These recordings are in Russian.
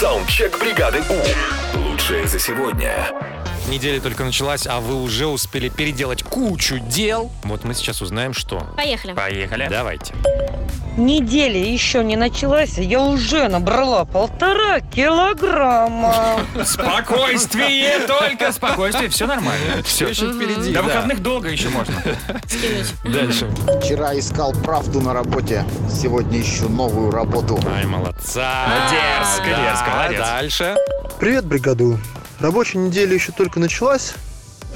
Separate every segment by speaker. Speaker 1: Саундчек бригады У. Лучшее за сегодня.
Speaker 2: Неделя только началась, а вы уже успели переделать кучу дел. Вот мы сейчас узнаем, что.
Speaker 3: Поехали.
Speaker 2: Поехали. Давайте.
Speaker 4: Неделя еще не началась, а я уже набрала полтора килограмма.
Speaker 5: Спокойствие, только спокойствие, все нормально.
Speaker 2: Все еще впереди.
Speaker 5: До
Speaker 2: да.
Speaker 5: выходных долго еще можно.
Speaker 3: Скинуть.
Speaker 2: Дальше.
Speaker 6: Вчера искал правду на работе, сегодня ищу новую работу.
Speaker 2: Ай, молодца.
Speaker 3: Дерзко,
Speaker 2: Да,
Speaker 5: дерзко, молодец.
Speaker 2: Дальше.
Speaker 7: Привет, бригаду. Рабочая неделя еще только началась,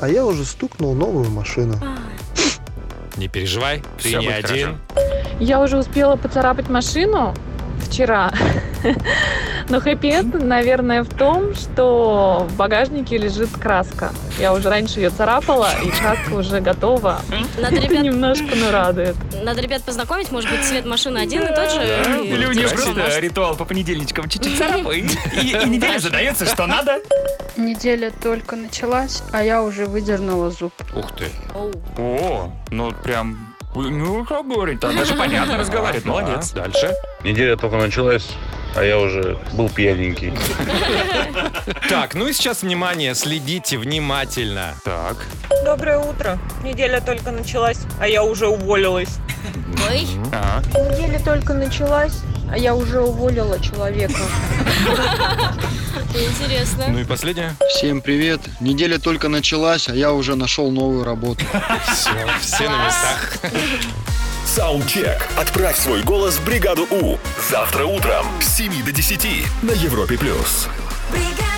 Speaker 7: а я уже стукнул новую машину.
Speaker 3: А,
Speaker 2: Не переживай, ты
Speaker 5: Всё
Speaker 2: не
Speaker 5: будет
Speaker 2: один.
Speaker 8: Я уже успела поцарапать машину вчера. Но хэппи наверное, в том, что в багажнике лежит краска. Я уже раньше ее царапала, и краска уже готова.
Speaker 3: Надо
Speaker 8: Это
Speaker 3: ребят,
Speaker 8: немножко, ну, радует.
Speaker 3: надо ребят познакомить, может быть, цвет машины один и тот же. И
Speaker 5: Или у нее
Speaker 3: девушка
Speaker 5: просто
Speaker 3: может.
Speaker 5: ритуал по понедельничкам чуть-чуть царапай. И и неделя задается, что надо.
Speaker 9: Неделя только началась, а я уже выдернула зуб.
Speaker 2: Ух ты.
Speaker 3: Оу.
Speaker 5: О, ну прям... Ну, как говорит, там даже понятно разговаривает. Молодец.
Speaker 2: Да, Дальше.
Speaker 10: Неделя только началась, а я уже был пьяненький.
Speaker 2: Так, ну и сейчас внимание, следите внимательно. Так.
Speaker 4: Доброе утро. Неделя только началась, а я уже уволилась.
Speaker 3: Ой.
Speaker 5: А,
Speaker 9: Неделя только началась, а я уже уволила человека.
Speaker 2: Ну
Speaker 3: Интересно.
Speaker 2: и последнее.
Speaker 6: Всем привет. Неделя только началась, а я уже нашел новую работу.
Speaker 2: Все, все на местах.
Speaker 1: Саундчек. Отправь свой голос в бригаду У. Завтра утром с 7 до 10 на Европе+. плюс.
Speaker 11: бригада